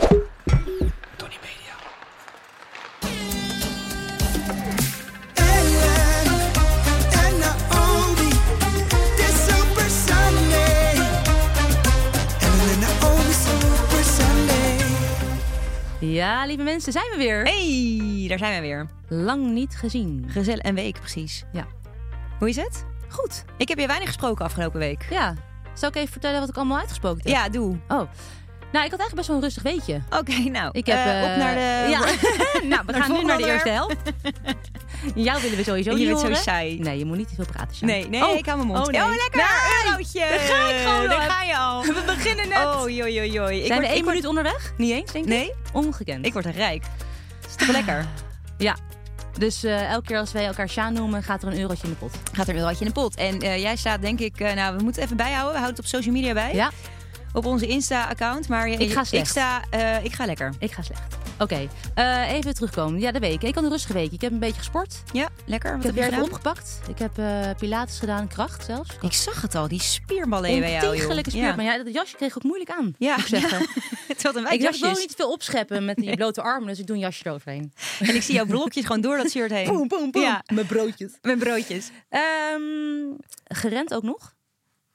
Tony Media. Ja, lieve mensen, zijn we weer. Hey, daar zijn we weer. Lang niet gezien. Gezellig een week precies. Ja. Hoe is het? Goed. Ik heb je weinig gesproken afgelopen week. Ja. Zal ik even vertellen wat ik allemaal uitgesproken heb? Ja, doe. Oh. Nou, ik had eigenlijk best wel een rustig weetje. Oké, nou. Ik heb... eh, op eh, naar de... Ja. nou, we het gaan nu naar de volgende eerste helft. Jou willen we sowieso Je niet bent zo horen. saai. Nee, je moet niet te veel praten, Sjaak. Nee, nee, Oh. ik hou mijn mond. Oh, nee. lekker. Nee. Een eurotje. Daar ga ik gewoon Daar op. ga je al. We beginnen net. Oh, joi, joi, joi. Ik Zijn word, we één ik word- minuut onderweg? Niet eens, denk ik? Nee. Ongekend. Ik word er rijk. Is toch lekker? Ja. Dus eh, elke keer als wij elkaar Sjaan noemen, gaat er een eurotje in de pot. Gaat er een eurotje in de pot. En eh, jij staat denk ik... eh, nou, we moeten even bijhouden. We houden het op social media bij. Ja. Op onze Insta-account. Maar je- Ik ga ik, slecht. sta, eh, ik ga lekker. Ik ga slecht. Oké, eh, even terugkomen. Ja, de week. Ik had een rustige week. Ik heb een beetje gesport. Ja, lekker. Wat ik heb heb weer je even gedaan? opgepakt. Ik heb eh, pilates gedaan, kracht zelfs. Ik Ik zag het al, die spierballen bij jou. joh. Ontiegelijke spier. Maar ja, dat jasje kreeg ook moeilijk aan, Ja. moet ik zeggen. Het had een Ik wijk dacht, ik wil jasje. niet te veel opscheppen met die blote armen. Dus ik doe een jasje eroverheen. En ik zie jouw blokjes gewoon door dat shirt heen. Ja, Mijn broodjes. mijn broodjes. Ehm, gerend ook nog.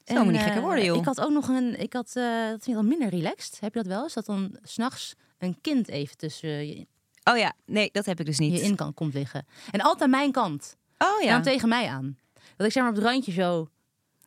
Zo moet niet eh, gekker worden, joh. Ik had ook nog een... Ik had, eh, dat vind ik dan minder relaxed. Heb je dat wel eens? Dat dan s'nachts een kind even tussen je, Oh ja, nee, dat heb ik dus niet. je in kan, komt liggen. En altijd aan mijn kant. Oh En ja. dan tegen mij aan. Dat ik zeg maar op het randje zo...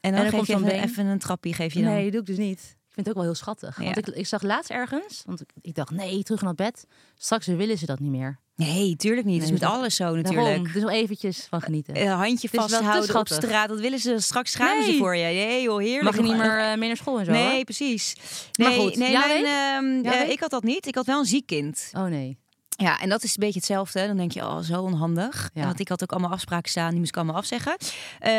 En dan dan, komt geef je zo'n even, been. even een trapje, geef je dan. Nee, dat doe ik dus niet. Ik vind het ook wel heel schattig. Want Ja. ik, ik zag laatst ergens, want ik, ik dacht nee, terug naar bed. Straks willen ze dat niet meer. Nee, tuurlijk niet. Nee, dus met dat- alles zo Daarom, natuurlijk. dus wel eventjes van genieten. Een handje Het is wel te vasthouden op schattig. straat, dat willen ze. Straks schamen ze Nee. voor je. Nee joh, heerlijk. Mag je Nog- niet meer eh, mee naar school en zo? Nee, precies. Nee, Maar goed, nee jouw mijn, week? ehm, Jouw eh, week? ik had dat niet. Ik had wel een ziek kind. hoor? Oh nee. Ja, en dat is een beetje hetzelfde. Dan denk je, oh, zo onhandig. Ja. Want ik had ook allemaal afspraken staan, die moest ik allemaal afzeggen. Eh,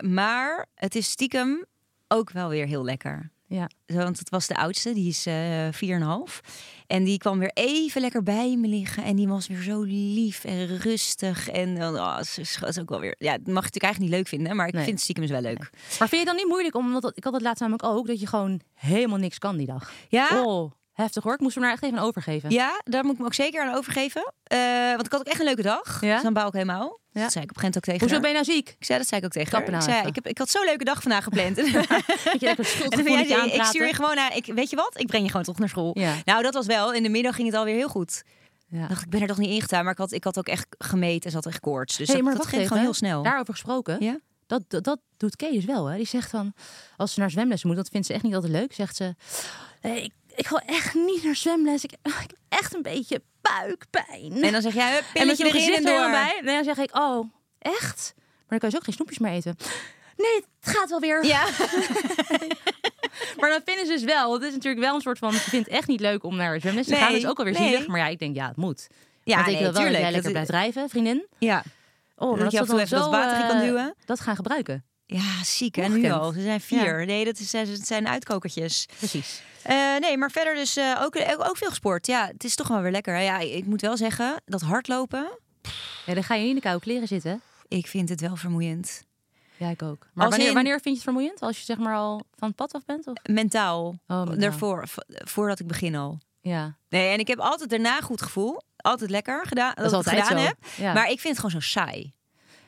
maar het is stiekem ook wel weer heel lekker. Ja. Want het was de oudste, die is eh 4,5. En die kwam weer even lekker bij me liggen. En die was weer zo lief en rustig. En dan, oh, ze is- is ook wel weer. Ja, dat mag je natuurlijk eigenlijk niet leuk vinden, maar ik Nee. vind het stiekem dus wel leuk. Maar vind je het dan niet moeilijk, omdat dat- ik had het laatst namelijk ook, dat je gewoon helemaal niks kan die dag? Ja? Oh, heftig hoor. Ik moest me daar echt even aan overgeven. Ja, daar moet ik me ook zeker aan overgeven. Eh, want ik had ook echt een leuke dag. Ja? Dus dan bouw ik helemaal. Ja. Dat zei ik op een gegeven moment ook tegen Hoezo haar. ben je nou ziek? Ik zei, dat zei ik ook tegen haar. Kappen Ik, nou zei, even. ik, heb, ik had zo'n leuke dag vandaag gepland. en dan Dat je lekker ben schuldgevoel jij niet die- ik aanpraten. stuur je gewoon naar... Ik, weet je wat? Ik breng je gewoon toch naar school. Ja. Nou, dat was wel. In de middag ging het alweer heel goed. Ja. Ik dacht, ik ben er toch niet ingegaan. Maar ik had, ik had ook echt gemeten en zat echt koorts. Dus Hey, dat, maar dat wacht ging gewoon even. heel snel. Daarover gesproken. Ja? Dat, dat, dat doet Kay dus wel. Hè? Die zegt van, als ze naar zwemles moet, dat vindt ze echt niet altijd leuk. Zegt ze, "Nee, ik, ik wil echt niet naar zwemles. Ik, ik heb echt een beetje buikpijn. En dan zeg jij, hup, met pilletje zo'n erin en gezicht door. helemaal bij. En dan zeg ik, oh, echt? Maar dan kan je dus ook geen snoepjes meer eten. Nee, het gaat wel weer. Ja. Maar dan vinden ze dus wel. Het is natuurlijk wel een soort van, ze vindt het echt niet leuk om naar zwemles te Nee, gaan. Dat is ook alweer nee. zielig. Maar ja, ik denk, ja, het moet. ja, Want ik nee, wil wel dat tuurlijk. jij lekker Dat- blijft drijven, vriendin. Ja. Oh, maar dat, Dat je ze af en toe dan even dat zo, water in kan eh, duwen. Dat gaan gebruiken. ja, ziek. En nu Ongekend. al. Ze zijn vier. Nee, dat is, het zijn uitkokertjes. Precies. Eh, nee, maar verder dus eh, ook, ook, ook veel gesport. Ja, het is toch wel weer lekker. Ja, ik moet wel zeggen, dat hardlopen... Ja, dan ga je niet in de koude kleren zitten. Ik vind het wel vermoeiend. Ja, ik ook. Maar Als wanneer, in- wanneer vind je het vermoeiend? Als je zeg maar al van het pad af bent? Of? Mentaal. Oh, mentaal. Daarvoor, vo- voordat ik begin al. Ja, Nee, en ik heb altijd daarna goed gevoel. Altijd lekker gedaan. Dat, dat is ik het altijd gedaan zo. heb. Ja. Maar ik vind het gewoon zo saai.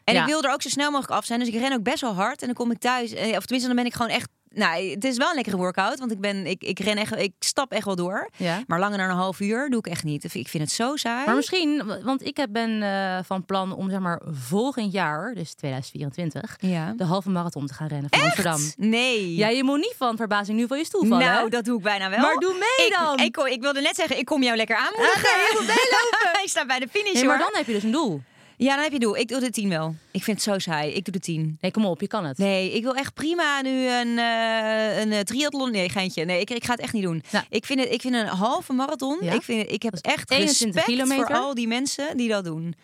En Ja. ik wil er ook zo snel mogelijk af zijn. Dus ik ren ook best wel hard. En dan kom ik thuis. eh, Of tenminste, dan ben ik gewoon echt. Nou, het is wel een lekkere workout. Want ik, ben, ik, ik, ren echt, ik stap echt wel door. ja. Maar langer dan een half uur doe ik echt niet. Ik vind het zo saai. Maar misschien, want ik heb- ben eh, van plan om zeg maar volgend jaar, dus 2024, Ja. de halve marathon te gaan rennen van Amsterdam. Nee. Ja, je moet niet van verbazing nu van je stoel vallen. nou, dat doe ik bijna wel. Maar doe mee ik, dan! Ah, Ik, ik wilde net zeggen, ik kom jou lekker aanmoedigen. je moet meelopen. ik sta bij de finish nee, maar hoor. dan heb je dus een doel. Ja, dan heb je doel. Ik doe de tien wel. Ik vind het zo saai. Ik doe de tien. Nee, kom op, je kan het. Nee, ik wil echt prima nu een, eh een eh, triathlon. Nee, geintje. Nee, ik, ik ga het echt niet doen. Nou. Ik, vind het, ik vind een halve marathon. Ja? Ik, vind, ik heb Dat is echt 21 respect voor kilometer. al die mensen die dat doen.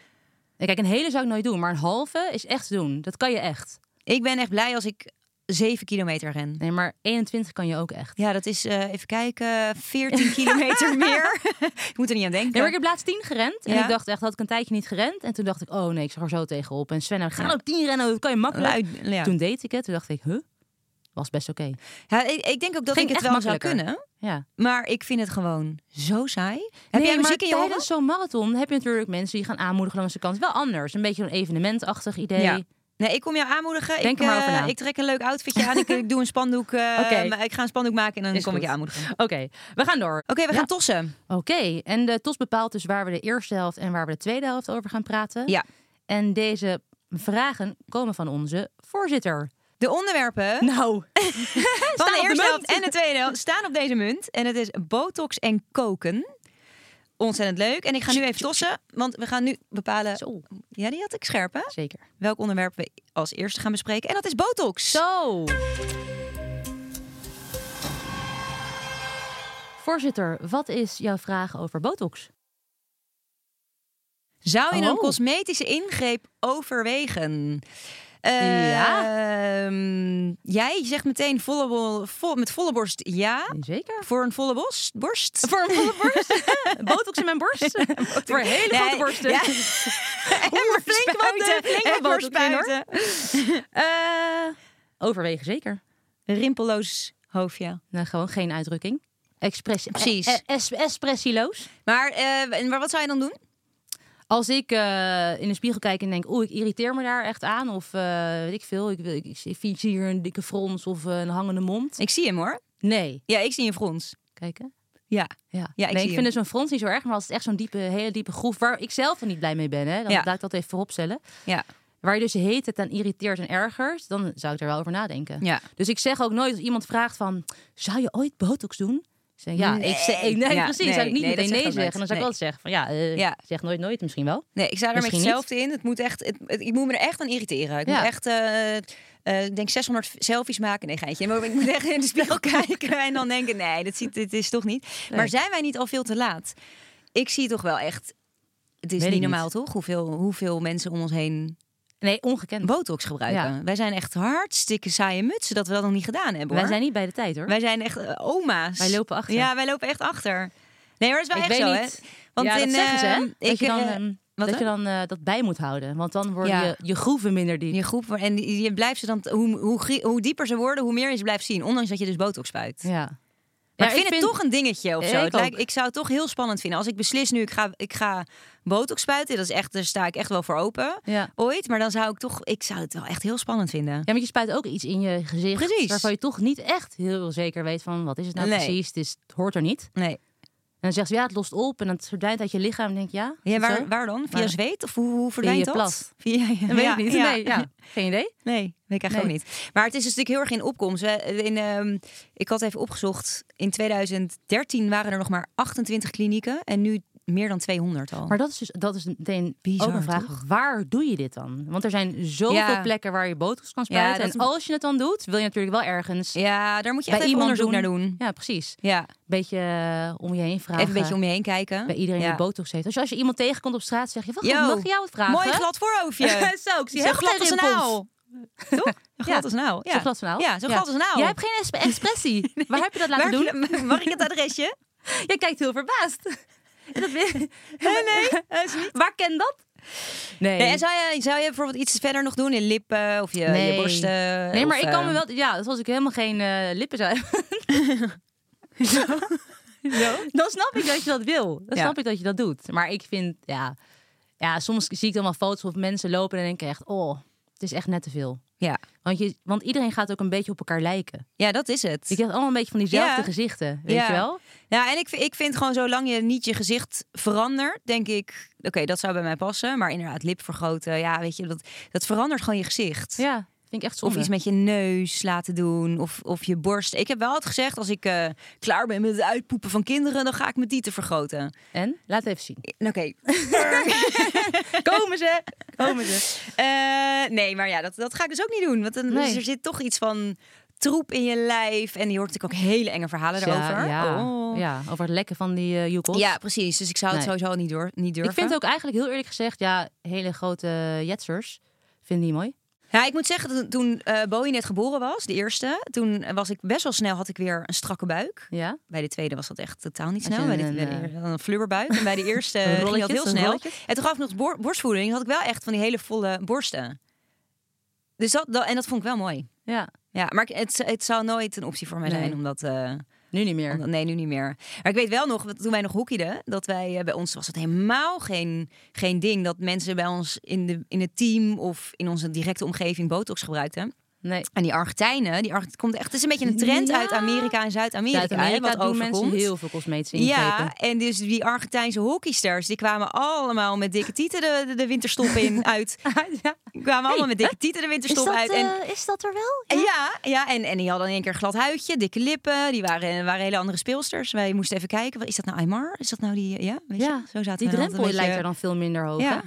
Nee, Kijk, een hele zou ik nooit doen, maar een halve is echt te doen. Dat kan je echt. Ik ben echt blij als ik 7 kilometer ren. Nee, maar 21 kan je ook echt. Ja, dat is, eh, even kijken, 14 kilometer meer. ik moet er niet aan denken. Nee, maar ik heb laatst 10 gerend en Ja? ik dacht echt, had ik een tijdje niet gerend. En toen dacht ik, oh nee, ik zag er zo tegenop. En Sven, ga nou 10 rennen, dat kan je makkelijk. Lui- ja. Toen deed ik het, toen dacht ik, huh? Was best oké. Ja, ik, ik denk ook dat Ging ik het echt wel zou makkelijker. kunnen. Ja. Maar ik vind het gewoon zo saai. Heb Nee, jij muziek in maar je oren? tijdens zo'n marathon heb je natuurlijk mensen die gaan aanmoedigen langs de kant. Wel anders, een beetje een evenementachtig idee. Ja. Nee, ik kom jou aanmoedigen. Denk ik, er maar over eh, na. ik trek een leuk outfitje aan. ik, ik doe een spandoek. eh, Oké. maar Ik ga een spandoek maken en dan Is kom ik je goed. aanmoedigen. Oké, we gaan door. Oké, we Ja. gaan tossen. Oké, en de TOS bepaalt dus waar we de eerste helft en waar we de tweede helft over gaan praten. Ja. En deze vragen komen van onze voorzitter. De onderwerpen Nou, van de op de eerste helft munt. en de tweede helft staan op deze munt. En het is botox en koken. Ontzettend leuk. En ik ga nu even tossen, want we gaan nu bepalen... zo, Ja, die had ik scherp, hè? zeker. Welk onderwerp we als eerste gaan bespreken. En dat is botox. Zo. Voorzitter, wat is jouw vraag over botox? Zou je een Oh. cosmetische ingreep overwegen? Eh, Ja. ehm, jij zegt meteen volle, bol- vol- met volle borst ja. Zeker. Voor een volle bos, borst? Voor een volle borst? botox in mijn borst? Voor hele grote Nee, borsten. ja. en maar flink wat, eh, flink wat en maar botox in, hoor. spuiten. Eh, overwegen zeker. Rimpelloos hoofdje. Nou, gewoon geen uitdrukking. Expressie. Precies. eh, eh, es- Expressieloos. Maar, eh, en- maar wat zou je dan doen? Als ik eh, in de spiegel kijk en denk, oeh, ik irriteer me daar echt aan. Of eh, weet ik veel, ik, wil- ik, ik, zie- ik zie hier een dikke frons of eh, een hangende mond. Ik zie hem hoor. Nee. Ja, ik zie een frons. Kijken. Ja. Ja, Ja, ik ik, zie nee, ik hem. vind dus een frons niet zo erg, maar als het echt zo'n diepe, hele diepe groef waar ik zelf dan niet blij mee ben, hè, dan Ja. laat ik dat even vooropstellen. Ja. Waar je dus heet het aan irriteert en ergert, dan zou ik er wel over nadenken. Ja. Dus ik zeg ook nooit als iemand vraagt van, zou je ooit botox doen? Ik Zeg, ja, ik zeg, nee, Ja, precies. nee, zou ik niet nee, dat meteen zeg ik nee ook zeggen. nooit. En dan zou ik Nee. altijd zeggen van, ja, eh, Ja. zeg nooit nooit misschien wel. Nee, ik sta er met Misschien niet. hetzelfde in. Het moet echt, het, het- ik moet me er echt aan irriteren. Ik Ja. moet echt, eh, eh, ik denk 600 selfies maken. Nee, geintje. Maar ik moet echt in de spiegel kijken en dan denken, nee, dat ziet, dit is toch niet. Maar zijn wij niet al veel te laat? Ik zie toch wel echt, het is Weet ik niet niet. normaal toch? Hoeveel, hoeveel mensen om ons heen Nee, ongekend. botox gebruiken. Ja. Wij zijn echt hartstikke saaie mutsen dat we dat nog niet gedaan hebben. Wij hoor. zijn niet bij de tijd hoor. Wij zijn echt eh, oma's. Wij lopen achter. Ja, wij lopen echt achter. Nee, maar dat is wel Ik echt weet zo, niet. hè? Want ja, in, dat zeggen ze, hè? eh, dat je dan, eh, ehm, dat, wat dan? je dan eh, dat bij moet houden. Want dan worden Ja. je, je groeven minder diep. je groep. En die- je blijft ze dan, hoe, hoe, grie- hoe dieper ze worden, hoe meer je ze blijft zien. Ondanks dat je dus botox spuit. Ja. Maar Ja, ik vind het toch een dingetje of zo. Ja, ik het lijkt, ook. ik zou het toch heel spannend vinden. Als ik beslis nu, ik ga, ik ga botox spuiten. Dat is echt, daar sta ik echt wel voor open. Ja. Ooit. Maar dan zou ik toch, ik zou het wel echt heel spannend vinden. Ja, want je spuit ook iets in je gezicht. Precies. Waarvan je toch niet echt heel zeker weet van wat is het nou Nee. precies. Het, is, het hoort er niet. Nee. En dan zegt ze ja, het lost op en het verdwijnt uit je lichaam. En denk je, ja, is Ja, het waar, zo? waar dan? Via Waar? zweet? Of hoe, hoe verdwijnt je dat? plas. Via je Dat weet ik niet. Nee, ja. Geen idee. Nee, weet ik eigenlijk Nee. ook niet. Maar het is dus natuurlijk heel erg in opkomst. We- In, ehm, ik had even opgezocht. In 2013 waren er nog maar 28 klinieken. En nu meer dan 200 al. Maar dat is dus dat is meteen Bizar, ook een vraag. toch? Waar doe je dit dan? Want er zijn zoveel Ja. plekken waar je botox kan Ja, spuiten. dat en moet- als je het dan doet, wil je natuurlijk wel ergens ja, daar moet je bij echt even iemand onderzoek naar doen. Ja, precies. Ja, Beetje eh, om je heen vragen. even een beetje om je heen kijken. Bij iedereen ja. die botox heeft. Dus als je iemand tegenkomt op straat, zeg je, wacht, Yo, even, mag ik jou wat vragen? Mooi glad voorhoofdje. Zo, ik zie Zo heel glad als een aal. Toch? Zo glad als een aal. Ja. Zo glad van aal? Ja, zo glad als een aal. Jij hebt geen exp- expressie. Waar heb je dat laten Waar- doen? Mag ik het adresje? Jij kijkt heel verbaasd. Dat weet- Nee, nee. dat is niet. Waar ken dat? Nee. Nee, en zou je, zou je bijvoorbeeld iets verder nog doen? Je lippen of je, je borsten? Nee, maar of, ik kan eh, me wel... Ja, als ik helemaal geen eh, lippen zou hebben... Dan snap ik dat je dat wil. Dan Ja. snap ik dat je dat doet. Maar ik vind, ja... Ja, soms zie ik dan wel foto's of mensen lopen en denk ik echt... Oh, het is echt net te veel. Ja. Want, je, want iedereen gaat ook een beetje op elkaar lijken. ja, dat is het. Je krijgt allemaal een beetje van diezelfde Ja. gezichten, weet Ja. je wel? Ja, en ik, ik vind gewoon zolang je niet je gezicht verandert, denk ik, oké, dat zou bij mij passen. Maar inderdaad, lip vergroten, ja, weet je, dat, dat verandert gewoon je gezicht. Ja, vind ik echt zonde. Of iets met je neus laten doen, of, of je borst. Ik heb wel altijd gezegd, als ik eh, klaar ben met het uitpoepen van kinderen, dan ga ik mijn dieten vergroten. En? Laat het even zien. Oké. Komen ze! Komen ze. Eh, nee, maar ja, dat, dat ga ik dus ook niet doen. Want dan, Nee. dus er zit toch iets van troep in je lijf. En je hoort natuurlijk ook hele enge verhalen Ja, erover. ja, Oh. ja, over het lekken van die eh joekels. Ja, precies. Dus ik zou het Nee. sowieso niet, door, niet durven. Ik vind ook eigenlijk heel eerlijk gezegd, ja, hele grote eh, jetsers. Vind die mooi. Ja, ik moet zeggen, toen- toen eh Bowie net geboren was, de eerste, toen was ik best wel snel, had ik weer een strakke buik. Ja. Bij de tweede was dat echt totaal niet Had je snel. Bij de, een, bij de- eh, dan een flubberbuik. En bij de eerste Een ging dat rolletjes, heel een snel. rolletjes. En toen gaf ik nog bor- borstvoeding, had ik wel echt van die hele volle borsten. Dus dat, dat- en dat vond ik wel mooi. Ja. Ja, maar ik- het, het zou nooit een optie voor mij Nee. zijn, omdat... eh, Nu niet meer. omdat- nee, nu niet meer. Maar ik weet wel nog, want toen wij nog hockeyden, dat wij eh, bij ons was het helemaal geen, geen ding dat mensen bij ons in, de, in het team of in onze directe omgeving botox gebruikten. Nee. En die Argentijnen, die Argent, komt echt, het is een beetje een trend Ja. uit Amerika en Zuid-Amerika, hè, Zuid-Amerika wat doen overkomt. mensen heel veel cosmetische ja, ingrepen. en dus die Argentijnse hockeysters, die kwamen allemaal met dikke tieten de, de, de winterstop in uit. ja. Die kwamen allemaal met dikke tieten de winterstop uit. En is dat eh, er wel? en Ja, ja en, en die hadden in één keer een glad huidje, dikke lippen. Die waren, waren hele andere speelsters. Wij moesten even kijken, wat- is dat nou Aymar? Is dat nou die, ja, weet je, Ja, die zo zaten we altijd een drempel beetje- lijkt er dan veel minder hoog. Ja. hè?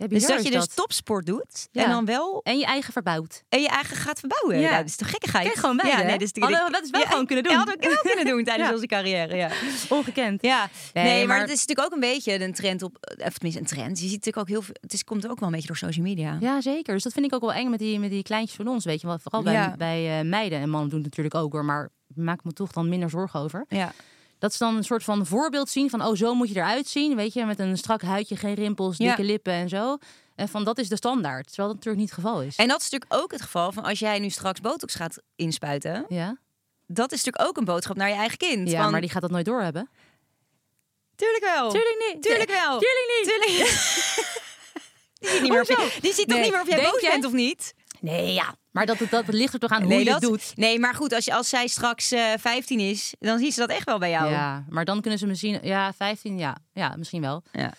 Ja, Dus bizar dat is je dus topsport doet Ja. en dan wel En je eigen verbouwt. en je eigen gaat verbouwen. Ja. Ja. dat is toch gekkigheid? Kijk gewoon bij, ja, hè? nee, dus die- Hadden we dat eens wel gewoon kunnen doen. Ja, hadden we wel kunnen doen tijdens Ja. onze carrière, ja. Ongekend. Ja, Nee, nee, maar- maar het is natuurlijk ook een beetje een trend op, eh, of tenminste een trend. Je ziet natuurlijk ook heel veel, het is, komt ook wel een beetje door social media. Ja, zeker. Dus dat vind ik ook wel eng met die, met die kleintjes van ons, weet je. wel. Vooral bij, Ja. bij eh, meiden en mannen doen het natuurlijk ook hoor, maar maak me toch dan minder zorgen over. ja. Dat ze dan een soort van voorbeeld zien van, oh, zo moet je eruit zien, weet je. Met een strak huidje, geen rimpels, Ja. dikke lippen en zo. En van, dat is de standaard. Terwijl dat natuurlijk niet het geval is. En dat is natuurlijk ook het geval van als jij nu straks botox gaat inspuiten. Ja, Dat is natuurlijk ook een boodschap naar je eigen kind. ja van, maar die gaat dat nooit doorhebben. Tuurlijk wel. Tuurlijk niet. Tuurlijk wel. Tuurlijk niet. Tuurlijk. Die ziet, niet meer of je, die ziet Nee. toch niet meer of jij Denk boos jij? bent of niet? Nee, ja. Maar dat, dat, dat ligt er toch aan hoe je dat, het doet. nee, maar goed, als, je, als zij straks eh 15 is, dan ziet ze dat echt wel bij jou. Ja, maar dan kunnen ze misschien... Ja, 15, ja. Ja, misschien wel. Ja.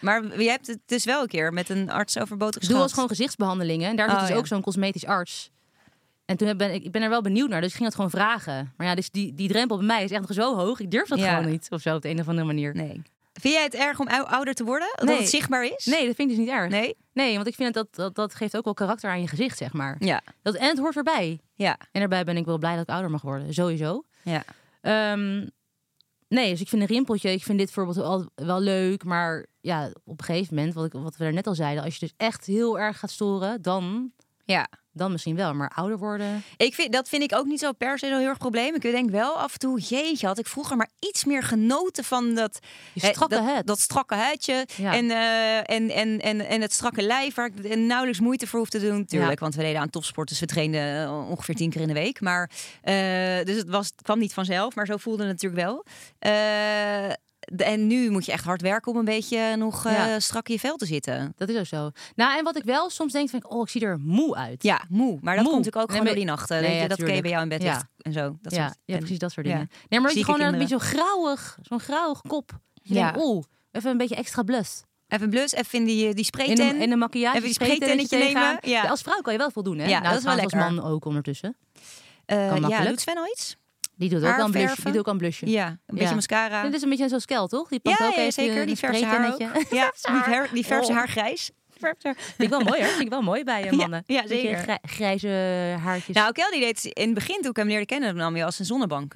Maar je hebt het dus wel een keer met een arts over botox Doe gehad. was gewoon gezichtsbehandelingen. En daar zit Oh, dus ja. ook zo'n cosmetisch arts. En toen ben ik, ik ben er wel benieuwd naar, dus ik ging dat gewoon vragen. Maar ja, dus die, die drempel bij mij is echt nog zo hoog. Ik durf dat Ja. gewoon niet, of zo, op de een of andere manier. Nee, Nee. Vind jij het erg om ou- ouder te worden? Dat Nee. het zichtbaar is? dat vind ik dus niet erg. Nee? Nee, want ik vind dat, dat dat geeft ook wel karakter aan je gezicht, zeg maar. Ja. Dat, en het hoort erbij. Ja. En daarbij ben ik wel blij dat ik ouder mag worden, sowieso. Ja. Ehm, nee, dus ik vind een rimpeltje, ik vind dit bijvoorbeeld wel, wel leuk. Maar ja, op een gegeven moment, wat, ik, wat we er net al zeiden, als je dus echt heel erg gaat storen, dan, Ja. dan misschien wel. Maar ouder worden. Ik vind, dat vind ik ook niet zo per se een heel erg probleem. Ik denk wel af en toe, jeetje, had ik vroeger maar iets meer genoten van dat, Je eh, strakke dat, het. dat strakke huidje Ja. en, eh, en, en, en, en het strakke lijf waar ik nauwelijks moeite voor hoef te doen. Tuurlijk, Ja. want we deden aan topsport, dus we trainden eh, ongeveer tien keer in de week. Maar, eh, dus het, was, het kwam niet vanzelf, maar zo voelde het natuurlijk wel. Eh, d- en nu moet je echt hard werken om een beetje nog eh, Ja. strak in je vel te zitten. Dat is ook zo. Nou, en wat ik wel soms denk, vind ik, oh, ik zie er moe uit. Ja, moe. Maar dat Moe. komt natuurlijk ook Nee, gewoon maar- door die nachten. Nee, weet je, ja, dat ken je bij jou in bed tuurlijk. ligt en zo. Dat ja, soort- ja, en- precies dat soort ja. dingen. Nee, maar dat je Zieke gewoon een beetje kinderen. zo'n grauwig, zo'n grauwig kop. Je Ja. denkt, oeh, even een beetje extra blus. Even blus, even in die, die En spraytent. een, en een maquillage. Even die spraytennetje spraytennetje tegenaan. nemen, ja. Als vrouw kan je wel voldoen, hè? Ja, nou, dat is wel trouwens als lekker. man ook ondertussen. Eh, ja, makkelijk. doet Sven al iets? Die doet ook wel een blush. Die Haarverven. doet ook wel een blushje. Ja, een beetje Ja. mascara. Dit is een beetje zo'n skel, toch? Die ja, pakt ook ja, even zeker. een Die verse haar ook. spraytennetje. Ja, die, ver- die verse Oh. haar grijs. Vind ik wel mooi, hoor. Vind ik wel mooi bij eh, Ja, mannen. ja, Beetje zeker. grij- grijze haartjes. Nou, Kelly deed in het begin, toen ik hem leerde kennen, nam je als een zonnebank.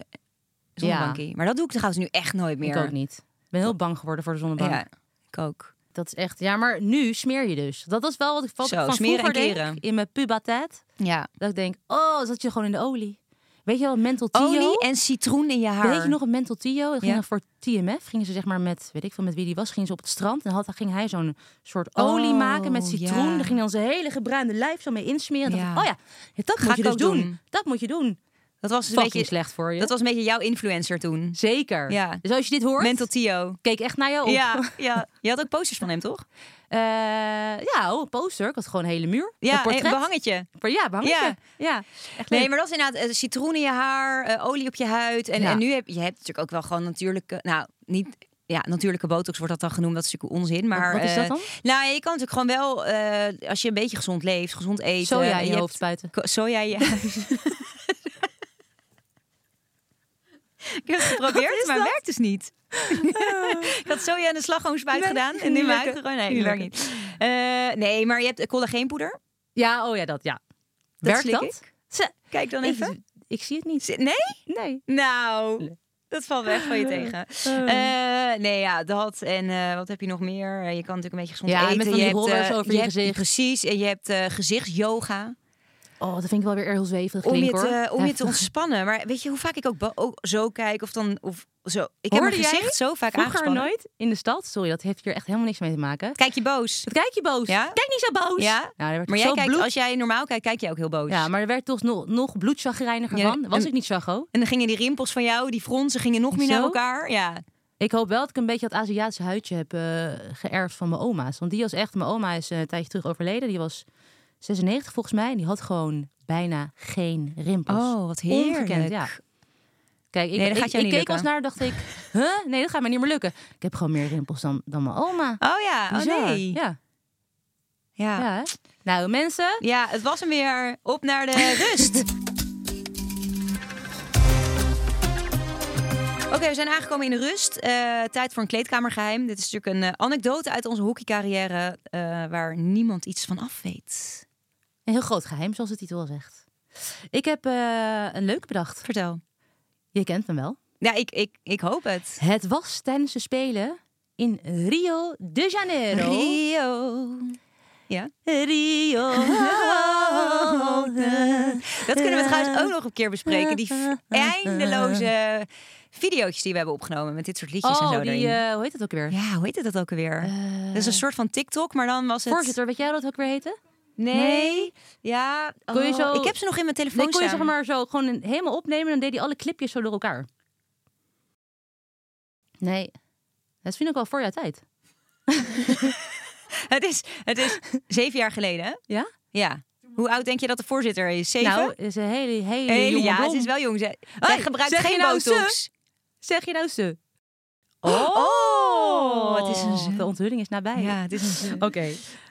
Zonnebankie. Maar dat doe ik trouwens nu echt nooit meer. ik ook niet. Ik ben heel bang geworden voor de zonnebank. Ja, ik ook. Dat is echt... Ja, maar nu smeer je dus. Dat is wel wat ik wat ik Zo, van smeren en vroeger denk, keren. in mijn puberteit. Ja. Dat ik denk, oh, dat je gewoon in de olie. Weet je wel, mental Tio? Olie en citroen in je haar. Weet je nog een mental Tio? Dat ging Ja. dan voor TMF. Gingen ze zeg maar met, weet ik veel met wie die was, gingen ze op het strand. En had, dan ging hij zo'n soort olie Oh, maken met citroen. ja. Daar ging dan zijn hele gebruinde lijf zo mee insmeren. En Ja. dacht ik, oh ja, dat Ga moet je dus ik ook doen. doen. Dat moet je doen. Dat was dus een Fucking beetje, slecht voor je. dat was een beetje jouw influencer toen. Zeker. Ja. Dus als je dit hoort, Mental Tio. keek echt naar jou op. Ja, ja, je had ook posters van hem, toch? Eh, ja, oh, een poster. Ik had gewoon een hele muur. Ja, een portret. een behangetje. Ja, behangetje. Ja. Ja. ja. Echt Nee, leuk. maar dat is inderdaad eh, citroen in je haar, eh, olie op je huid. En, Ja. en nu heb je hebt natuurlijk ook wel gewoon natuurlijke, nou niet, ja, natuurlijke botox wordt dat dan genoemd. Dat is natuurlijk onzin. Maar wat is dat eh, dan? nou, ja, je kan natuurlijk gewoon wel, eh, als je een beetje gezond leeft, gezond eten. Soja in en je, hebt hoofd spuiten. ko- Soja in je huid. Ik heb het geprobeerd, maar het werkt dus niet. ik had soja in de slagroomspuit gedaan en nu Oh. niet mijn huid lekker. gewoon... Nee, Niet dat werkt niet. Eh, nee, maar je hebt collageenpoeder. Ja, oh ja, dat ja. Dat Werkt slik dat? ik. Ze- Kijk dan Ik- even. ik zie het niet. Zit- Nee? Nee. Nou, dat valt weg Oh. van je tegen. Eh, nee, ja, dat. En eh, wat heb je nog meer? Eh, je kan natuurlijk een beetje gezond Ja, met eten. van die je hebt, rollers eh, over je hebt- gezicht. precies. En je hebt eh gezichtsyoga. Oh, dat vind ik wel weer erg heel zweverig Om je, klinken, hoor. te, om je te Ja. ontspannen. Maar weet je hoe vaak ik ook, bo- ook zo kijk? Of dan, of zo. Ik heb Hoorde mijn jij gezicht zo vaak Vroeger aangespannen. nooit in de stad. Sorry, dat heeft hier echt helemaal niks mee te maken. Kijk je boos? Wat kijk je boos? Ja? Kijk niet zo boos. Ja? Nou, daar werd maar ik jij zo kijkt, bloed- als jij normaal kijkt, kijk jij ook heel boos. Ja, maar er werd toch nog, nog bloedzagrijniger Ja, van. Was en- ik niet chagro? En dan gingen die rimpels van jou, die fronsen, gingen nog meer Zo? naar elkaar. Ja. Ik hoop wel dat ik een beetje dat Aziatische huidje heb eh, geërfd van mijn oma's. Want die was echt... Mijn oma is eh, een tijdje terug overleden. Die was 96 volgens mij. En die had gewoon bijna geen rimpels. Oh, wat Ongekend, ja. Kijk, ik, Nee, dat ik- gaat jou ik niet keek wel eens lukken. naar en dacht ik... Huh? Nee, dat gaat mij niet meer lukken. Ik heb gewoon meer rimpels dan, dan mijn oma. Oh ja, oh Bizar. nee. Ja, Ja. ja. hè? Nou, mensen... Ja, het was hem weer. Op naar de rust. Oké, we zijn aangekomen in de rust. Eh, tijd voor een kleedkamergeheim. Dit is natuurlijk een eh, anekdote uit onze hockeycarrière... eh, waar niemand iets van af weet. Een heel groot geheim, zoals de titel al zegt. Ik heb eh, een leuk bedacht. Vertel. Je kent hem wel. Ja, ik, ik, ik hoop het. Het was tijdens de Spelen in Rio de Janeiro. Rio. Ja. Rio. Dat kunnen we trouwens ook nog een keer bespreken. Die f- eindeloze video's die we hebben opgenomen met dit soort liedjes en zo Oh, die, erin. eh, hoe heet dat ook weer? Ja, hoe heette dat ook alweer? dat is een soort van TikTok, maar dan was het... Voorzitter, weet jij hoe dat ook weer heette? Nee. Nee. Ja. Kon je oh, zo- Ik heb ze nog in mijn telefoon Nee, kon je staan. zeg maar zo gewoon een- helemaal opnemen en dan deed hij alle clipjes zo door elkaar. Nee, dat vind ik wel voor jouw tijd. Het is, het is zeven jaar geleden, hè? Ja? Ja. Hoe oud denk je dat de voorzitter is? Zeven? Nou, is een hele, hele, Hele- jonge ja, blom. ze is wel jong. Ze, Oh, Hey, zij gebruikt zeg je geen nou botox. Zeg je nou ze? Oh, het is een ze. De onthulling is nabij. Ja, het is een ze. Oké,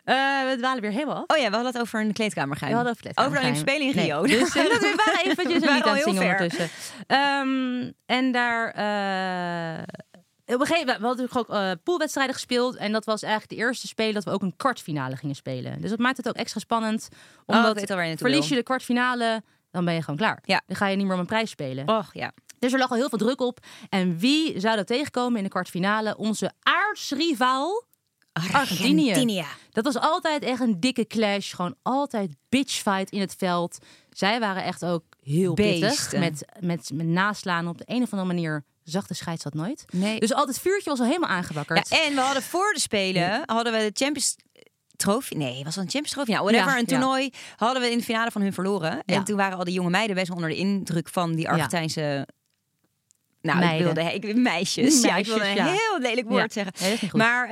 Eh, we dwalen weer helemaal af. Oh ja, we hadden het over een kleedkamergeheim. We hadden over kleedkamer de Olympische Spelen geheim. in Rio. Nee, dus eh, dat we waren eventjes een waren lied al aan het heel zingen ver. ondertussen. Ehm, en daar... eh, op een gegeven moment, we hadden natuurlijk ook eh, poolwedstrijden gespeeld. En dat was eigenlijk de eerste spelen dat we ook een kwartfinale gingen spelen. Dus dat maakt het ook extra spannend. Omdat Omdat Oh, ik weet al waar je naartoe verlies je wil. de kwartfinale, dan ben je gewoon klaar. Ja. Dan ga je niet meer om een prijs spelen. Och, ja. Dus er lag al heel veel druk op. En wie zou dat tegenkomen in de kwartfinale? Onze aardsrivaal Argentinië. Dat was altijd echt een dikke clash. Gewoon altijd bitchfight in het veld. Zij waren echt ook heel pittig. Beesten. Met, met, met naslaan op de een of andere manier. Zachte scheids dat nooit. Nee. Dus al het vuurtje was al helemaal aangewakkerd. Ja, en we hadden voor de Spelen hadden we de Champions Trophy. Nee, was dat een Champions Trophy? Nou, whatever, Ja, een ja. toernooi hadden we in de finale van hun verloren. Ja. En toen waren al die jonge meiden best wel onder de indruk van die Argentijnse... Nou, Meiden. ik wilde ik, meisjes. Ja, ik wilde een Meisjes, ja. heel lelijk woord Ja. zeggen. Nee, dat is niet goed. maar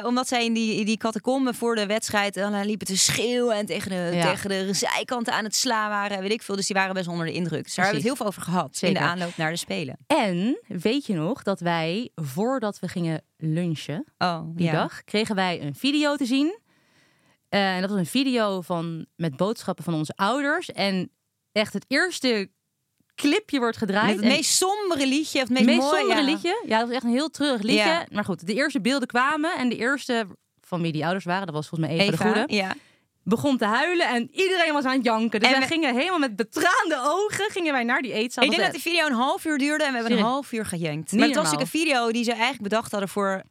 eh, omdat zij in die, in die catacomben voor de wedstrijd dan eh, liepen te schreeuwen en tegen de, Ja. tegen de zijkanten aan het slaan waren, en weet ik veel. Dus die waren best onder de indruk. Dus daar hebben we het Precies. heel veel over gehad in de Zeker. aanloop naar de spelen. En weet je nog dat wij, voordat we gingen lunchen Oh, die ja. dag, kregen wij een video te zien. Eh, en dat was een video van, met boodschappen van onze ouders. En echt het eerste clipje wordt gedraaid. Met het En- meest sombere liedje, of het Het meest, meest mooie, sombere ja. liedje. Ja, dat was echt een heel treurig liedje. Ja. Maar goed, de eerste beelden kwamen en de eerste van wie die ouders waren, dat was volgens mij Eva, Eva, de Goede, Ja. begon te huilen en iedereen was aan het janken. Dus En wij we- gingen helemaal met betraande ogen gingen wij naar die eetzaal. Ik denk Nou, dat Want, eh, die video een half uur duurde en we hebben een Serieus. half uur gejankt. Niet maar het was normaal. natuurlijk een video die ze eigenlijk bedacht hadden voor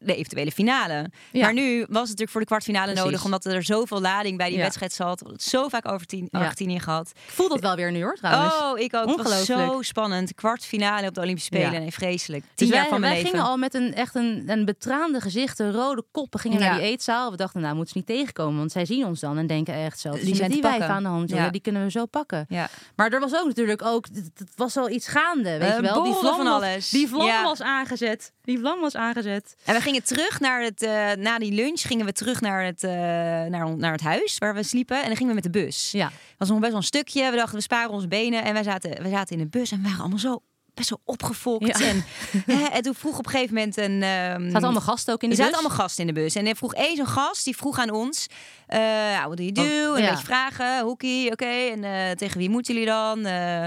de eventuele finale. Ja. Maar nu was het natuurlijk voor de kwartfinale Precies. nodig, omdat er zoveel lading bij die Ja. wedstrijd zat. We hadden het zo vaak over 10, Ja. 18 in gehad. Ik voel dat wel weer nu hoor trouwens. Oh, ik ook. Het was Ongelooflijk. zo spannend. Kwartfinale op de Olympische Spelen. Ja. Nee, vreselijk. Tien Dus jaar wij, van mijn wij leven. gingen al met een, echt een, een betraande gezicht, een rode koppen, gingen naar Ja. die eetzaal. We dachten, nou moeten ze niet tegenkomen, want zij zien ons dan en denken echt zo. "Wat is Die met zijn te die wijf pakken." aan de hand, joh? Ja. Ja, die kunnen we zo pakken. Ja. Maar er was ook natuurlijk ook, het was wel iets gaande, weet Eh, je wel. Die borrelde vlam, van was- alles. Die vlam Ja. was aangezet. Die vlam was aangezet. En we gingen terug naar het, eh, na die lunch gingen we terug naar het, eh, naar, on- naar het huis waar we sliepen. En dan gingen we met de bus. Ja. Het was nog best wel een stukje. We dachten, we sparen onze benen. En wij zaten, wij zaten in de bus en we waren allemaal zo best wel opgefokt. Ja. En, hè, en toen vroeg op een gegeven moment een... ehm, Er zaten allemaal gasten ook in er die zaten bus. allemaal gasten in de bus. En er vroeg één zo'n gast, die vroeg aan ons... eh nou, wat doe je do? Oh, een ja. beetje vragen, hoekie, oké. En eh, tegen wie moeten jullie dan? Eh,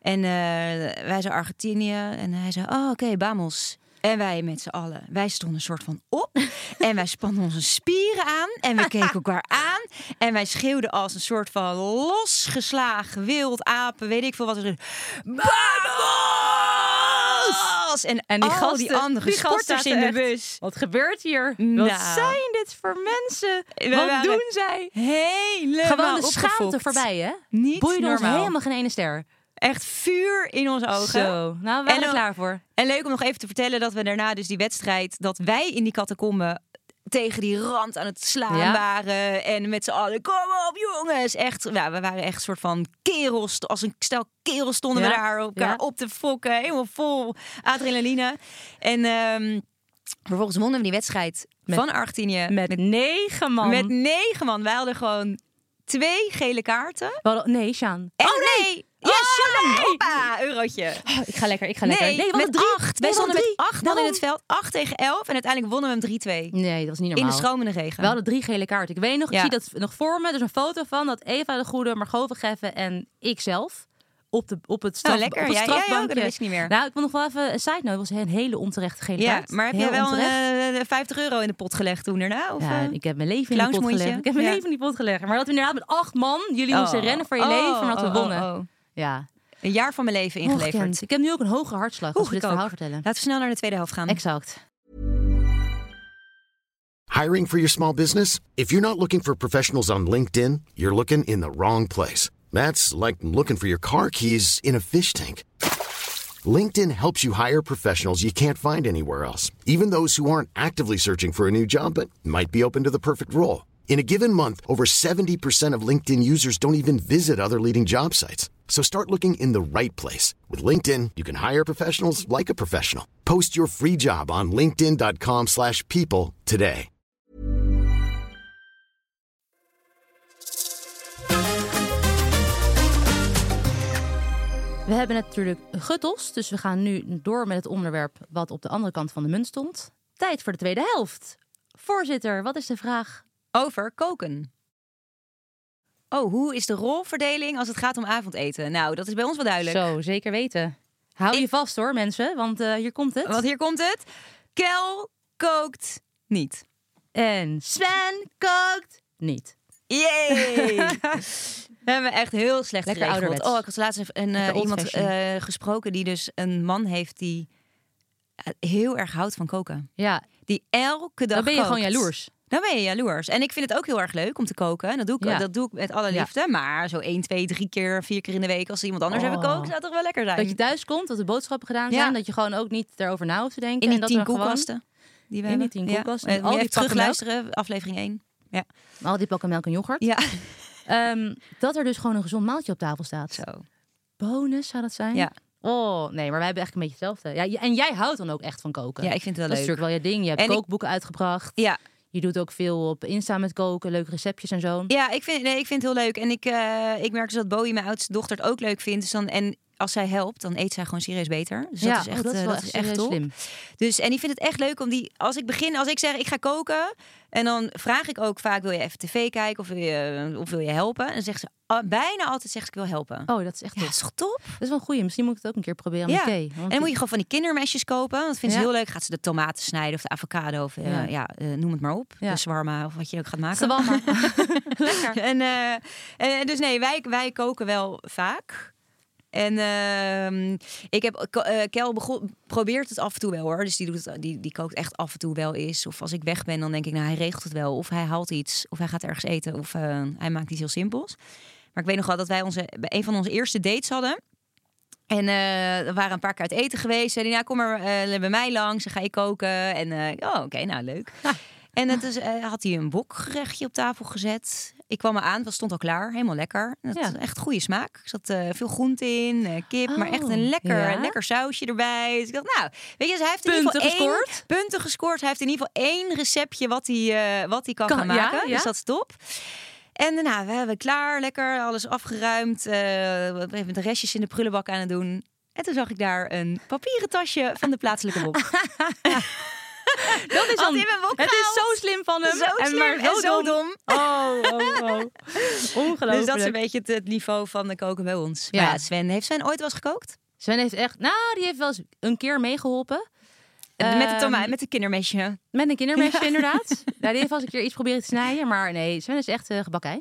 en eh, wij zijn Argentinië. En hij zei, oh, oké, vamos. En wij met z'n allen, wij stonden een soort van op. en wij spannen onze spieren aan. En we keken elkaar aan. En wij schreeuwden als een soort van losgeslagen wild apen. Weet ik veel wat er... Vamos! En, En die al gasten, Oh, die andere die gasten sporters in de zaten echt, bus. Wat gebeurt hier? Wat Nou. zijn dit voor mensen? We Wat waren doen zij? Helemaal Gewoon de schaamte opgefokt. voorbij, hè? Niet Boeide ons normaal. helemaal geen ene ster. Echt vuur in onze ogen. Zo, nou, we waren dan- er klaar voor. En leuk om nog even te vertellen dat we daarna dus die wedstrijd... dat wij in die catacombe tegen die rand aan het slaan Ja. waren. En met z'n allen, kom op jongens! Echt, ja, we waren echt een soort van kerels. Als een stel kerels stonden we Ja, daar elkaar ja. op te fokken. Helemaal vol adrenaline. En ehm, vervolgens wonnen we die wedstrijd Met- van Argentinië. Met, negen man. met negen man. Wij hadden gewoon twee gele kaarten. We hadden- nee, Sjaan. En oh nee! Ja, Sjan! nee! Hoppa, eurotje. Oh, ik ga lekker, ik ga Nee, Nee, we hadden met drie. acht. Nee, Wij we stonden hadden met drie. acht man in Daarom. het veld. Acht tegen elf. En uiteindelijk wonnen we hem 3-2. Nee, dat was niet In normaal. de stromende regen. we hadden drie gele kaarten. Ik weet nog, Ja. ik zie dat nog voor me. Er is een foto van dat Eva de Goede, Margot Vergeffen en ikzelf op, de, op het, straf, Oh, lekker. op het Ja, jij ook? strafbankje. Dat wist ik niet meer. Nou, ik wil nog wel even een side note. Het was een hele onterechte gele ja, kaart. maar heb Heel je wel onterecht. eh, 50 euro in de pot gelegd toen daarna? Of, Ja, eh? ik heb mijn leven in die pot clownsmondje. gelegd. Ik heb mijn Ja. leven in die pot gelegd. Maar dat we inderdaad met acht man, jullie moesten Oh. rennen voor je Oh, leven, maar dat we oh, wonnen. oh, oh. Ja, Een jaar van mijn leven ingeleverd. Ongekend. Ik heb nu ook een hogere hartslag als Oeh, we dit ik ook. verhaal vertellen. Laten we snel naar de tweede helft gaan. Exact. Hiring for your small business? If you're not looking for professionals on LinkedIn, you're looking in the wrong place. That's like looking for your car keys in a fish tank. LinkedIn helps you hire professionals you can't find anywhere else, even those who aren't actively searching for a new job but might be open to the perfect role. In a given month, over 70% of LinkedIn users don't even visit other leading job sites. So start looking in the right place. With LinkedIn, you can hire professionals like a professional. Post your free job on linkedin.com/people slash people today. We hebben natuurlijk getost, dus we gaan nu door met het onderwerp wat op de andere kant van de munt stond. Tijd voor de tweede helft. Voorzitter, wat is de vraag? Over koken. Oh, hoe is de rolverdeling als het gaat om avondeten? Nou, dat is bij ons wel duidelijk. Zo, zeker weten. Hou je vast hoor, mensen, want eh, hier komt het. Want hier komt het. Kel kookt niet. En Sven kookt niet. Yay! We hebben echt heel slecht Lekker geregeld. ouderwets. Oh, ik had laatst even een, eh, Lekker old iemand fashion. eh, gesproken die dus een man heeft die eh, heel erg houdt van koken. Ja, Die elke dag dan ben je kookt. gewoon jaloers. Dan ben je jaloers. En ik vind het ook heel erg leuk om te koken. En dat doe ik, Ja. dat doe ik met alle Ja. liefde. Maar zo 1, 2, 3 keer, vier keer in de week als iemand anders Oh. even kookt, zou toch wel lekker zijn. Dat je thuis komt, dat de boodschappen gedaan Ja. zijn, dat je gewoon ook niet erover na hoeft te denken. in die en dat tien er gewoon- koelkasten. Die we In die hebben. tien koelkasten, Ja. in al die Even terug pakken melk. luisteren, aflevering 1. Ja. al die pakken melk en yoghurt. ja. Ehm, dat er dus gewoon een gezond maaltje op tafel staat. Zo. Bonus zou dat zijn? Ja. Oh, nee, maar wij hebben echt een beetje hetzelfde. Ja, j- en jij houdt dan ook echt van koken. Ja, ik vind het wel dat is leuk. natuurlijk wel je ding. Je hebt En ik- kookboeken uitgebracht. Ja, Je doet ook veel op Insta met koken, leuke receptjes en zo. Ja, ik vind, nee, ik vind het heel leuk. En ik, eh, ik merk dus dat Bowie, mijn oudste dochter, het ook leuk vindt. Dus dan, en als zij helpt, dan eet zij gewoon serieus beter. Dus Ja, dat is oh, echt, dat is eh, wel dat is echt echt serieus top. slim. Dus, en die vindt het echt leuk om die... Als ik begin, als ik zeg ik ga koken... En dan vraag ik ook vaak, wil je even tv kijken of wil je, of wil je helpen? En dan zegt ze, ah, bijna altijd zegt ze, ik wil helpen. Oh, dat is echt top. ja, dat is toch top? Dat is wel een goeie. Misschien moet ik het ook een keer proberen Ja. met thee. en dan moet je gewoon van die kindermesjes kopen. want Dat vindt ze Ja. heel leuk. Gaat ze de tomaten snijden of de avocado of eh, Ja. ja. eh, noem het maar op. Ja. De shawarma of wat je ook gaat maken. Shawarma. Lekker. En, eh, eh, dus nee, wij, wij koken wel vaak. En ehm, ik heb eh, Kel bego- probeert het af en toe wel hoor. Dus die, doet het, die, die kookt echt af en toe wel eens. Of als ik weg ben, dan denk ik, nou, hij regelt het wel. Of hij haalt iets, of hij gaat ergens eten, of eh, hij maakt iets heel simpels. Maar ik weet nog wel dat wij onze, bij een van onze eerste dates hadden. En eh er waren een paar keer uit eten geweest. Zei hij, nou kom maar eh, bij mij langs, dan ga je koken. En eh, oh, oké, nou leuk. En het is, eh, had hij een bokgerechtje op tafel gezet. Ik kwam er aan, het stond al klaar, helemaal lekker. En dat Ja. was echt goede smaak. Er zat eh, veel groente in, eh, kip, maar echt Oh, een lekker, ja? een lekker sausje erbij. Dus ik dacht, nou, weet je, dus hij heeft in Punten ieder geval één- gescoord? punten gescoord. Hij heeft in ieder geval één receptje wat hij, eh, wat hij kan, Kan- gaan ja, maken. ja. Dus dat is top. En daarna, we hebben klaar, lekker, alles afgeruimd. eh, we hebben de restjes in de prullenbak aan het doen. En toen zag ik daar een papieren tasje van de plaatselijke bok. Dat is Had dan- hij hem ook Het is zo gehaald? slim van hem. Zo slim maar en zo dom. Oh, oh, oh. Ongelooflijk. Dus dat is een beetje het, het niveau van de koken bij ons. Ja. Maar ja, Sven, heeft Sven ooit wel eens gekookt? Sven heeft echt... Nou, die heeft wel eens een keer meegeholpen. met, de Ehm, toma- met de kindermesje. Met een kindermesje, inderdaad. Nou, die heeft wel eens een keer iets proberen te snijden. Maar nee, Sven is echt eh gebakkei.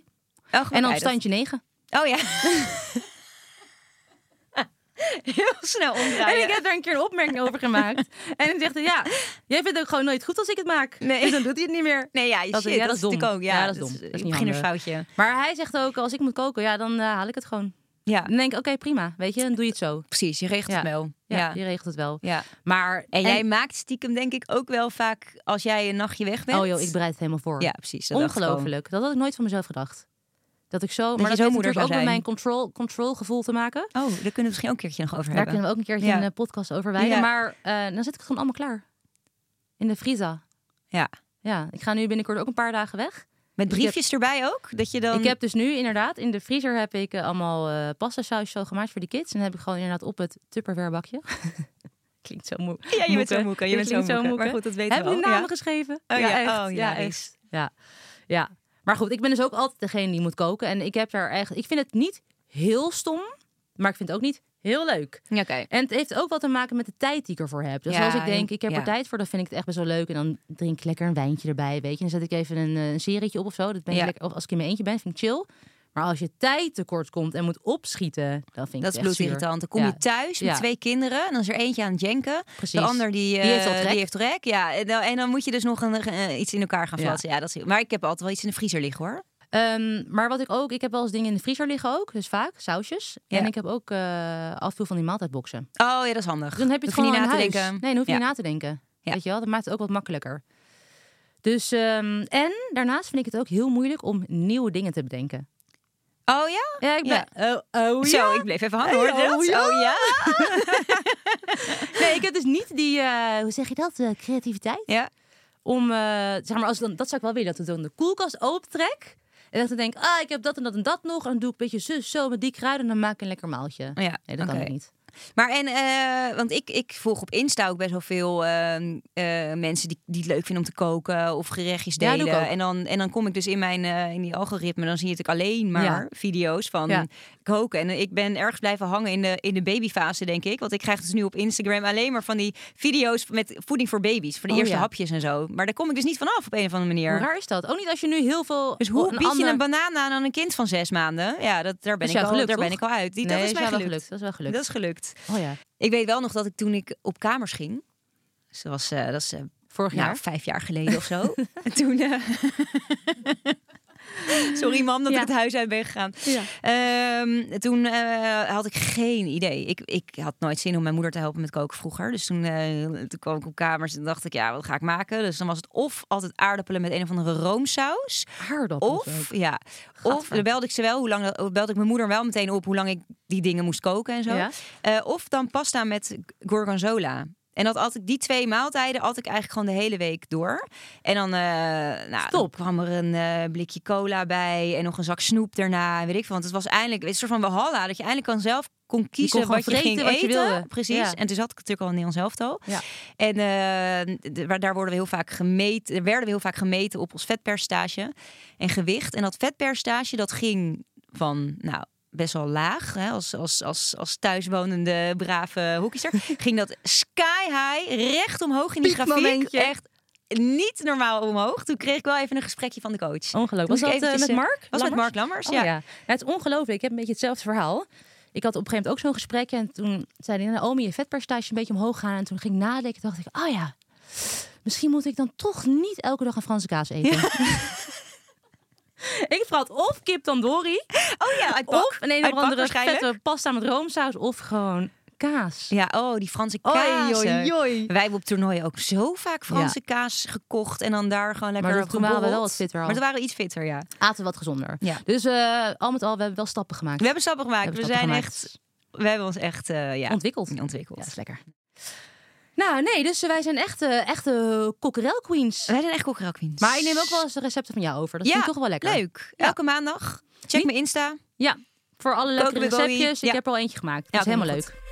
Oh, En dan op dat- standje 9. Oh ja. Heel snel omdraaien. En ik heb daar een keer een opmerking over gemaakt. En dan zegt hij, ja, jij vindt het ook gewoon nooit goed als ik het maak. Nee. Dus dan doet hij het niet meer. Nee, ja, Dat- shit, ja, dat, dat is is dom. natuurlijk ook. Ja, Ja, dat is dom. Dat is een niet beginnersfoutje. Maar hij zegt ook, als ik moet koken, ja, dan eh, haal ik het gewoon. Ja, nou, Dan denk ik, oké, prima. Weet je, dan doe je het zo. precies. Je regelt Ja. het wel. Ja, Ja. je regelt het wel. Ja. Maar, En, jij maakt stiekem denk ik ook wel vaak als jij een nachtje weg bent. Oh joh, ik bereid het helemaal voor. Ja, precies. dat dacht ik al. Ongelooflijk. Dat had ik nooit van mezelf gedacht. Dat ik zo... maar je dat zo heeft moeder natuurlijk ook zou met mijn zijn. control, control gevoel te maken. Oh, daar kunnen we misschien ook een keertje nog over Daar hebben. kunnen we ook een keertje Ja. een eh, podcast over wijden. Ja. Maar eh, dan zet ik het gewoon allemaal klaar. In de vriezer. Ja. Ja, ik ga nu binnenkort ook een paar dagen weg. Met Ik heb- briefjes erbij ook? Dat je dan... Ik heb dus nu inderdaad, in de vriezer heb ik eh, allemaal eh pasta saus zo gemaakt voor de kids. En dan heb ik gewoon inderdaad op het Tupperware bakje. Klinkt zo moe. Ja, je bent zo moeke. Je Dit bent klinkt zo moeke. moeke. Maar goed, dat weten Heb we ik al. namen Ja. geschreven? Oh ja, echt. oh, ja, hilarisch. echt. Ja. ja. Maar goed, ik ben dus ook altijd degene die moet koken. En ik heb daar echt... Ik vind het niet heel stom, maar ik vind het ook niet heel leuk. Ja, Oké. En het heeft ook wat te maken met de tijd die ik ervoor heb. Dus Ja, als ik denk, ik heb ja. er tijd voor, dan vind ik het echt best wel leuk. En dan drink ik lekker een wijntje erbij, weet je. En dan zet ik even een, eh, een serietje op of zo. Dat ben ik Ja. lekker, of als ik in mijn eentje ben, vind ik chill. Maar als je tijd tekort komt en moet opschieten, dan vind ik Dat het is echt zuur. bloedirritant. Dan kom Ja. je thuis met Ja. twee kinderen. En dan is er eentje aan het jenken. Precies. De ander die, Die eh, heeft al trek. Die heeft trek. Ja, en dan, en dan moet je dus nog een, eh, iets in elkaar gaan Ja. flatsen. Ja. dat is, maar ik heb altijd wel iets in de vriezer liggen hoor. Ehm, maar wat ik ook, ik heb wel eens dingen in de vriezer liggen ook, dus vaak sausjes. Ja. En ik heb ook eh af en toe van die maaltijdboxen. Oh ja, dat is handig. Dus dan heb je het Hoef gewoon niet aan na te huis. denken. Nee, dan hoef je Ja. niet na te denken. Ja. Weet je wel, dat maakt het ook wat makkelijker. Dus, ehm, en daarnaast vind ik het ook heel moeilijk om nieuwe dingen te bedenken. Oh ja? Ja, ik ben. Oh, oh Zo, ja. ik bleef even hangen hoor. Ja, Dat. oh, ja. Oh ja. Nee, ik heb dus niet die, eh, hoe zeg je dat, eh, creativiteit. Ja. Om, eh, zeg maar, als dan, dat zou ik wel willen, dat ik dan de koelkast opentrek. En dat ik denk, ah, ik heb dat en dat en dat nog. En dan doe ik een beetje zus, zo, met die kruiden. En dan maak ik een lekker maaltje. Oh Ja, nee, dat kan oké. ik niet. Maar en, eh, want ik, ik volg op Insta ook best wel veel eh, eh, mensen die, die het leuk vinden om te koken of gerechtjes Ja, doe delen. ik ook. en, dan, en dan kom ik dus in, mijn, eh, in die algoritme, dan zie je natuurlijk alleen maar Ja. video's van Ja. koken. En ik ben ergens blijven hangen in de, in de babyfase, denk ik. Want ik krijg dus nu op Instagram alleen maar van die video's met voeding voor baby's, voor de Oh, eerste ja. hapjes en zo. Maar daar kom ik dus niet vanaf op een of andere Hoe manier. raar is dat? Ook niet als je nu heel veel... Dus hoe een bied je ander- een banaan aan aan een kind van zes maanden? Ja, dat, daar ben, is ik jou al, gelukt, daar toch? ben ik al uit. Die, Nee, dat is is mij jou wel gelukt. gelukt. Dat is wel gelukt. Dat is gelukt. Oh ja, Ik weet wel nog dat ik toen ik op kamers ging. Dus dat was, eh, dat is, eh, vorig nou, jaar. vijf jaar geleden of zo. En toen. eh, Sorry, mam, dat Ja. ik het huis uit ben gegaan. Ja. Ehm, toen eh, had ik geen idee. Ik, ik had nooit zin om mijn moeder te helpen met koken vroeger. Dus toen, eh, toen kwam ik op kamers en dacht ik, ja, wat ga ik maken? Dus dan was het of altijd aardappelen met een of andere roomsaus. Aardappels Of, ook. ja, of dan belde ik ze wel, hoe lang, dat- belde ik mijn moeder wel meteen op hoe lang ik die dingen moest koken en zo. Ja. Eh, of dan pasta met gorgonzola. En dat had ik die twee maaltijden had ik eigenlijk gewoon de hele week door. En dan, eh nou, dan Stop. kwam er een eh, blikje cola bij en nog een zak snoep daarna, en weet ik veel. Want het was eindelijk het is een soort van behalla dat je eindelijk kan zelf kon kiezen gewoon wat je vreten ging wat je eten. wilde. Precies. Ja. En toen zat ik natuurlijk al in Nederlands elftal. Ja. En eh, d- waar- daar worden we heel vaak gemeten, werden we heel vaak gemeten op ons vetpercentage en gewicht. En dat vetpercentage dat ging van, nou, best wel laag. Hè, als, als, als, als thuiswonende brave hockeyster ging dat sky high, recht omhoog in die grafiek. Piekmomentje. Echt niet normaal omhoog. Toen kreeg ik wel even een gesprekje van de coach. Ongelooflijk. Toen Oh, Was moest dat ik eh, eventjes, met eh, Mark? Was met Mark Lammers, ja. Oh, ja. Nou, het is ongelooflijk. Ik heb een beetje hetzelfde verhaal. Ik had op een gegeven moment ook zo'n gesprek. En toen zei hij, Naomi, je vetpercentage een beetje omhoog gaan. En toen ging ik nadenken. dacht ik, oh ja, misschien moet ik dan toch niet elke dag een Franse kaas eten. ik praat of kip tandoori. Oh ja, uit Of een een of andere waarschijnlijk. vette pasta met roomsaus. Of gewoon kaas. Ja, oh, die Franse Oei, kaas. oei, oei. Wij hebben op toernooien ook zo vaak Franse kaas gekocht en dan daar gewoon lekker Maar dat- toen waren we geborreld. wel wat fitter al. Maar toen waren we iets fitter, ja. Aten wat gezonder. Ja. Dus eh, al met al, we hebben wel stappen gemaakt. We hebben stappen gemaakt. We, hebben zijn stappen gemaakt. echt, we hebben ons echt eh, ja, Ontwikkeld. ontwikkeld. Ja, dat is lekker. Nou, nee, dus wij zijn echte, echte kokkerel queens. Wij zijn echt kokkerelqueens. Maar ik neem ook wel eens de recepten van jou over. Dat ja, vind ik toch wel lekker. Leuk. Elke maandag. Check mijn Insta. Ja, voor alle leuke with Bowie. receptjes. Ik Ja. heb er al eentje gemaakt. Dat Ja, is helemaal helemaal leuk.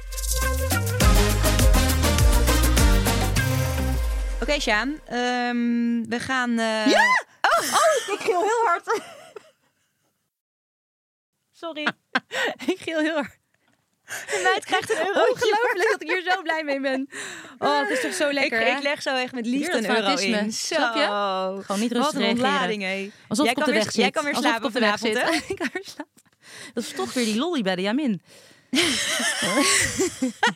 Oké, Sjaan. ehm, we gaan... eh, Ik geel heel hard. Sorry. ik geel heel hard. De meid krijgt een euro. Ongelooflijk dat ik hier zo blij mee ben. Oh, het is toch zo lekker, ik, hè? ik leg zo echt met Hier liefde dat een euro fanatisme, in. Zo. snap je? Gewoon niet rustig Wat een reageren. ontlading, hé. Alsof jij, ik op kan de weer, weg zit. jij kan weer Alsof ik slapen op de weg vanavond, zit. hè? Ik kan weer slapen. Dat is toch weer die lolly bij de Jamin.